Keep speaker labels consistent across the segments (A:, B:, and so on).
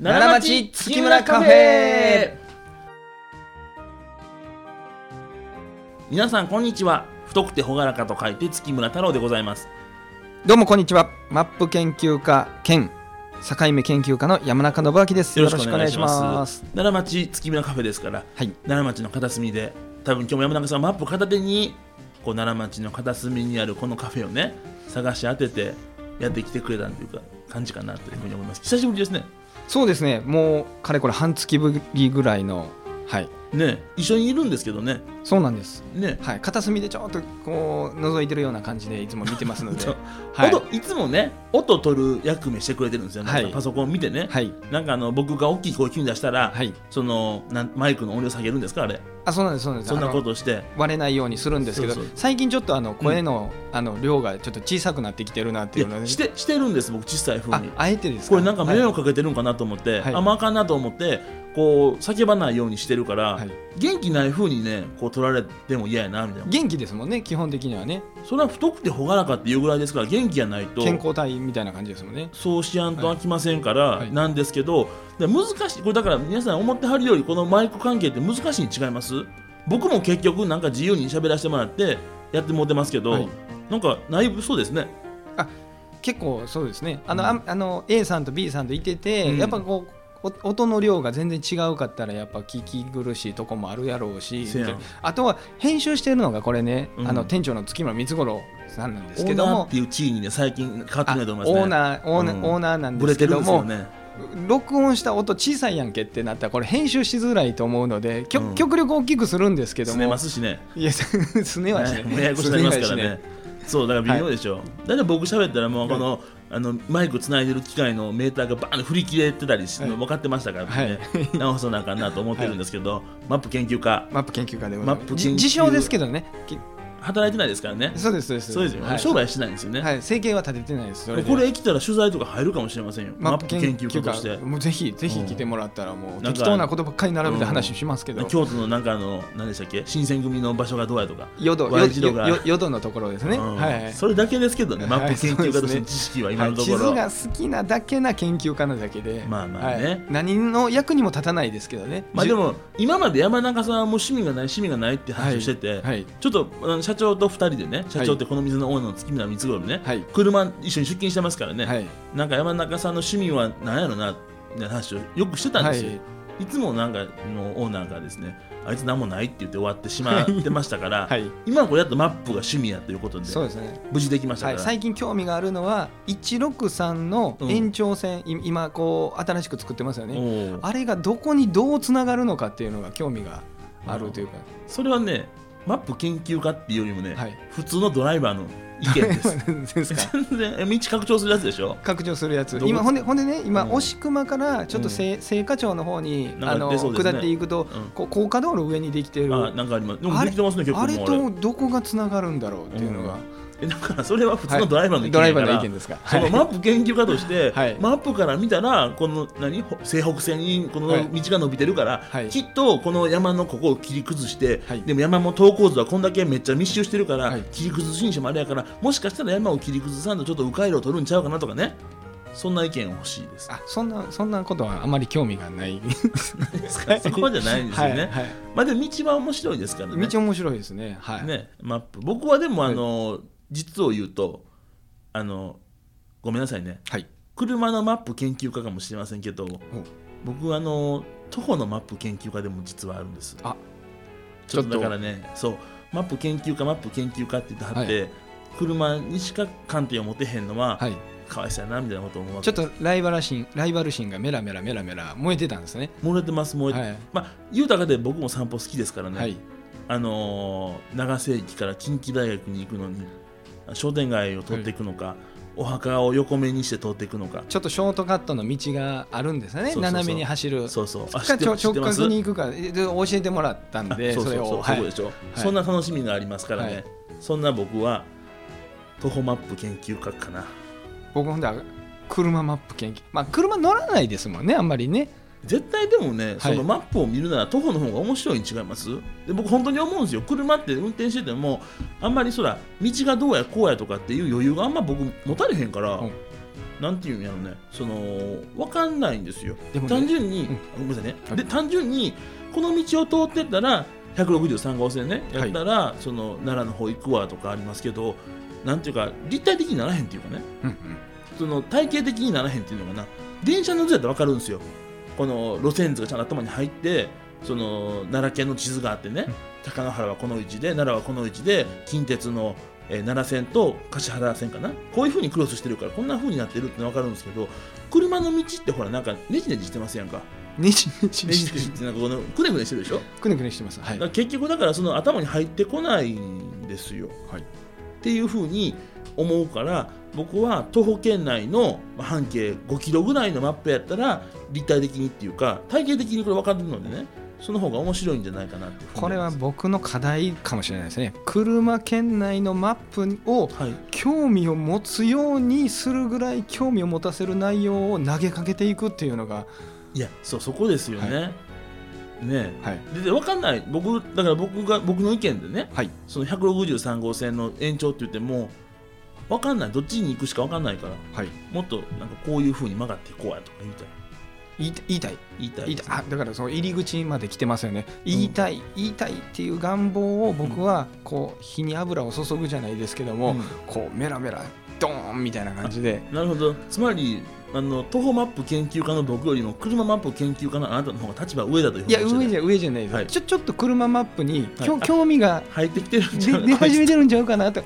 A: 奈良町月村カフェ皆さんこんにちは太くて朗らかと書いて月村太郎でございます
B: どうもこんにちは。マップ研究家兼境目研究家の山中信明です。
A: よろしくお願いします
B: す。
A: 奈良町月村カフェですから
B: はい。
A: 奈良町の片隅で多分今日も山中さんマップ片手にこう奈良町の片隅にあるこのカフェをね探し当ててやってきてくれたというか感じかなというふうに思います久しぶりですね
B: そうですね。もうかれこれ半月ぶりぐらいのはい。
A: ね一緒にいるんですけどね
B: そうなんです。
A: ね
B: はい。片隅でちょっとこう覗いてるような感じでいつも見てます ので
A: そう。
B: はい。
A: 音いつもね音取る役目してくれてるんですよ、なんか
B: はい
A: パソコン見てね、
B: はい。
A: なんかあの僕が大きい声急に出したら、
B: はい。
A: そのなんマイクの音量下げるんですかあれ
B: あ、そうなんです。そうなんです。
A: そんな
B: あの
A: ことして
B: 割れないようにするんですけど
A: そうそう
B: 最近ちょっとあの声の,、あの量がちょっと小さくなってきてるなって
A: い
B: いうの
A: や
B: で
A: してしてるんです僕小さい風
B: あ
A: に
B: あえてですか
A: これなんか迷
B: は
A: 惑かけてるんかなと思って、
B: はい
A: あんまあかんなと思ってこう叫ばないようにしてるから、
B: いはい
A: 元気ない風にねこう取られても嫌やなみたいな
B: 元気ですもんね基本的にはね
A: それは太くて朗らかっていうぐらいですから元気やないと
B: 健康体みたいな感じですもんね
A: そうしやんと飽きませんから、
B: いはい
A: なんですけどで難しいこれだから皆さん思ってはるよりこのマイク関係って難しいに違います僕も結局なんか自由に喋らせてもらってやってもうてますけど、
B: はい
A: なんか内部そうですね
B: 結構そうですねあの、
A: うん
B: ああの A さんと B さんといてて、
A: うん
B: やっぱこうお音の量が全然違うかったらやっぱ聞き苦しいとこもあるやろうし
A: せやん
B: あとは編集してるのがこれね、
A: うん
B: あの店長の月村光五郎さんなんで
A: オ
B: すけ
A: ー
B: ど
A: ナーっ
B: も
A: ていう地位にね最近変わって
B: あ
A: ないと思いますね
B: オーナーオーナー、
A: うん
B: オーナーなん
A: ブレ
B: です
A: て
B: け
A: るんで
B: ど
A: すよ
B: も、
A: ね
B: 録音した音小さいやんけってなったらこれ編集しづらいと思うのできょ
A: うん
B: 極力大きくするんですけど
A: す
B: も、
A: ねますしね
B: いやすねはし
A: ね
B: ね
A: もうややこしくなりますからねそうだから微妙でしょ、だって僕喋ったらもうこの,、あのマイクつないでる機械のメーターがバーンと振り切れてたりして、
B: はい
A: 分かってましたからね、直さなあかんなと思ってるんですけど、マップ研究家
B: マップ研究家でございま
A: マッ
B: す
A: プ
B: じ
A: 研究
B: 自称ですけどねき
A: 働いてないですからね
B: そうですそうです
A: そうですよ、
B: はい
A: 商売してないんですよね、
B: はい、生計は立ててないです。それで
A: これ来たら取材とか入るかもしれませんよマップ研究家として
B: もうぜひぜひ来てもらったらも
A: ん
B: う適当なことばっかり並べて話しますけど。
A: 京都のなんかあの何でしたっけ新選組の場所がどうやとか、
B: 淀
A: 和一郎が
B: 淀淀のところですね。
A: うん
B: はい。
A: それだけですけどね、
B: はい
A: マップ研究家として
B: そうです
A: の
B: ね
A: 知識は今
B: は
A: の
B: い
A: と
B: 地
A: こ
B: 図
A: ろ、
B: が好きなだけな研究家なだけで、
A: まあまあね
B: はい何の役にも立たないですけどね。
A: まあでも今まで山中さんはもう趣味がない趣味がないって話をしてて、
B: じゅ、はい、
A: ちょっとあの社長と2人でね社長ってこの店のオーナーの月村光五郎ね、
B: はい
A: 車一緒に出勤してますからね、
B: はい、
A: なんか山中さんの趣味は何やろなみたいな話をよくしてたんですよ、
B: はい
A: いつもなんかのオーナーがですねあいつ何もないって言って終わってしま ってましたから、
B: はい、
A: 今これやっとマップが趣味やということで
B: そうですね。
A: 無事できました
B: は
A: か
B: い、
A: ら、
B: 最近興味があるのは163の延長線、い今こう新しく作ってますよね。
A: おう
B: あれがどこにどうつながるのかっていうのが興味があるというか、
A: それはねマップ研究家っていうよりもね、
B: はい
A: 普通のドライバーの意見です
B: ですか
A: 全然え道拡張するやつでしょ
B: 拡張するやつ
A: 動物
B: 今ほんでほんでね今
A: うん
B: 押熊からちょっとせ青果町の方に
A: なんか
B: あの
A: 出そうですね
B: 下っていくと
A: うん
B: こう高架道路上にできてる
A: あなんかありますでもできてますね結構も
B: あ
A: う
B: れとどこがつながるんだろうっていうのが
A: えだからそれは普通のドライバーの意見
B: ドラ
A: だ
B: イ
A: か
B: バ
A: ら、
B: ーの意見ですか
A: そ
B: は
A: の
B: い
A: マップ研究家として、
B: はい
A: マップから見たらこの何ほ西北線にこの
B: はい
A: 道が伸びてるから、
B: はい
A: きっとこの山のここを切り崩して、
B: はい
A: でも山も等高図はこんだけめっちゃ密集してるから、
B: はい
A: 切り崩しにしてもあれやからもしかしたら山を切り崩さんとちょっと迂回路を取るんちゃうかなとかねそんな意見欲しいです。
B: あそんなそんなことはあまり興味がない
A: そこじゃないんですよね。
B: はいはい
A: まあでも道は面白いですからね。
B: 道面白いですねはい
A: ね、マップ僕はでもあの、実を言うとあのごめんなさいね
B: はい
A: 車のマップ研究家かもしれませんけど僕あの徒歩のマップ研究家でも実はあるんです
B: あ
A: ちょっとだからねそうマップ研究家マップ研究家って言ってはって、車にしか観点を持てへんのは、
B: はい
A: かわいそうやなみたいなことを思う
B: ちょっとライバル心ライバル心がメラメラメラメラ燃えてたんですね
A: 漏れてます漏れて、
B: はい
A: まあ言うたかで僕も散歩好きですからね、
B: はい
A: あのー長瀬駅から近畿大学に行くのに商店街を通っていくのか、お墓を横目にして通っていくのか
B: ちょっとショートカットの道があるんですよね
A: そうそうそう
B: 斜めに走る
A: そうそうあ知
B: か
A: って
B: ちょ
A: ます知っ
B: 直
A: てます
B: 角に行くかえで教えてもらったん
A: あ
B: で
A: そう
B: そ
A: そう
B: れ
A: そう
B: を
A: そ
B: は
A: こで
B: い
A: しょ、
B: い
A: そんな楽しみがありますからね、
B: はい
A: そんな僕は徒歩マップ研究家かな
B: 僕ほんで車マップ研究まあ車乗らないですもんねあんまりね
A: 絶対でもね、
B: い
A: そのマップを見るなら徒歩の方が面白いに違いますで僕本当に思うんですよ車って運転しててもあんまりそら道がどうやこうやとかっていう余裕があんま僕持たれへんから、
B: うん
A: なんていうんやろねそのわかんないんですよ
B: でもね
A: 単純に、
B: う
A: ごめ
B: ん
A: んなさいね、
B: はい
A: で単純にこの道を通ってったら163号線ねやったら、その奈良の方行くわとかありますけどなんていうか立体的にならへんっていうかね
B: うんうん
A: その体系的にならへんっていうのかな電車の図やったら分かるんですよこの路線図がちゃんと頭に入ってその奈良県の地図があってね
B: うん
A: 高野原はこの位置で奈良はこの位置で近鉄の、えー奈良線と橿原線かなこういう風にクロスしてるからこんな風になってるって分かるんですけど車の道ってほらなんかねじねじしてますやんか
B: ねじねじ
A: ねじねじ
B: し
A: っててなんかこのくねくねしてるでしょ
B: くねくねしてますは
A: だ
B: い
A: から結局だからその頭に入ってこないんですよ。
B: はい
A: っていうふうに思うから僕は徒歩圏内のまあ半径5キロぐらいのマップやったら立体的にっていうか体系的にこれ分かるのでねその方が面白いんじゃないかなっていうふうに
B: これは
A: 思い
B: 僕の課題かもしれないですね車圏内のマップを
A: ますはい
B: 興味を持つようにするぐらい興味を持たせる内容を投げかけていくっていうのが、
A: いやそうそこですよね、ね
B: はい、
A: えでで分かんない僕だから僕が僕の意見でね
B: はい
A: その163号線の延長って言っても分かんないどっちに行くしか分かんないから
B: はい
A: もっとなんかこういうふうに曲がっていこうやとか言いたい
B: 言い言いたい
A: 言いたい
B: 言い
A: です
B: たいあだからその入り口まで来てますよね言いたい、言いたいっていう願望を僕はこう火に油を注ぐじゃないですけども、
A: うん
B: こうメラメラドーンみたいな感じで
A: なるほどつまりあの徒歩マップ研究家の僕よりも車マップ研究家のあなたの方が立場上だという
B: いや
A: 話
B: 上じ
A: ゃ
B: ゃ上じゃないです、
A: はい
B: ちょちょっと車マップに、きょ
A: はい
B: 興味が
A: 入ってきてるん
B: で
A: じゃない
B: 出始めてるんちゃうかなと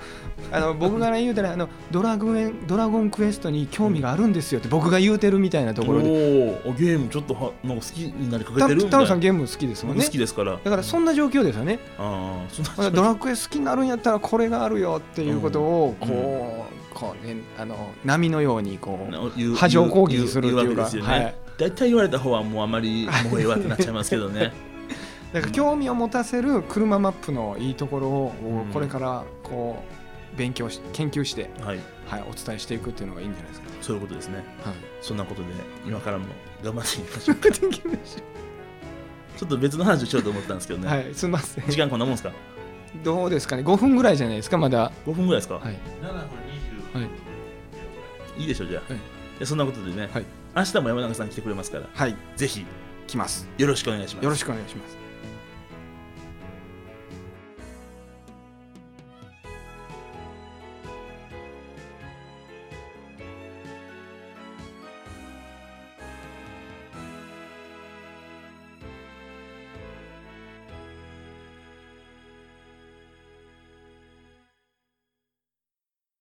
B: あの僕から言うたらあのドラグエンドラゴンクエストに興味があるんですよって僕が言うてるみたいなところで
A: おーゲームちょっとはなんか好きになりかけ
B: た
A: てるみ
B: タ
A: た
B: ロ
A: い
B: さん
A: な
B: ゲーム好きですもん
A: 僕
B: ね
A: 好きですから
B: だからそんな状況ですよね
A: ああそんな
B: ドラクエ好きになるんやったらこれがあるよっていうことを
A: う
B: こ
A: ん
B: う、こうねあの波のようにこう
A: 言う
B: 波状攻撃するって
A: 言
B: いうう
A: わ
B: か
A: けですよ
B: はい
A: ね、大体言われた方はもうあま りもうええわってなっちゃいますけどね
B: だから興味を持たせる車マップのいいところを
A: うん
B: これからこう勉強し研究して、
A: はい
B: はい、お伝えしていくっていうのがいいんじゃないですか、
A: そういうことですね
B: はい
A: そんなことで今からも頑張っていきましょうちょっと別の話をしようと思ったんですけどね、
B: はい、すみません
A: 時間こんなもんですか
B: どうですかね5分ぐらいじゃないですかまだ、
A: 5分ぐらいですか、
B: はい、
C: 7分
B: はい
C: 25
A: いいでしょうじゃあ、
B: はい
A: でそんなことでね、
B: はい
A: 明日も山中さん来てくれますから
B: はい、
A: ぜひ
B: 来ます
A: よろしくお願いします
B: よろしくお願いします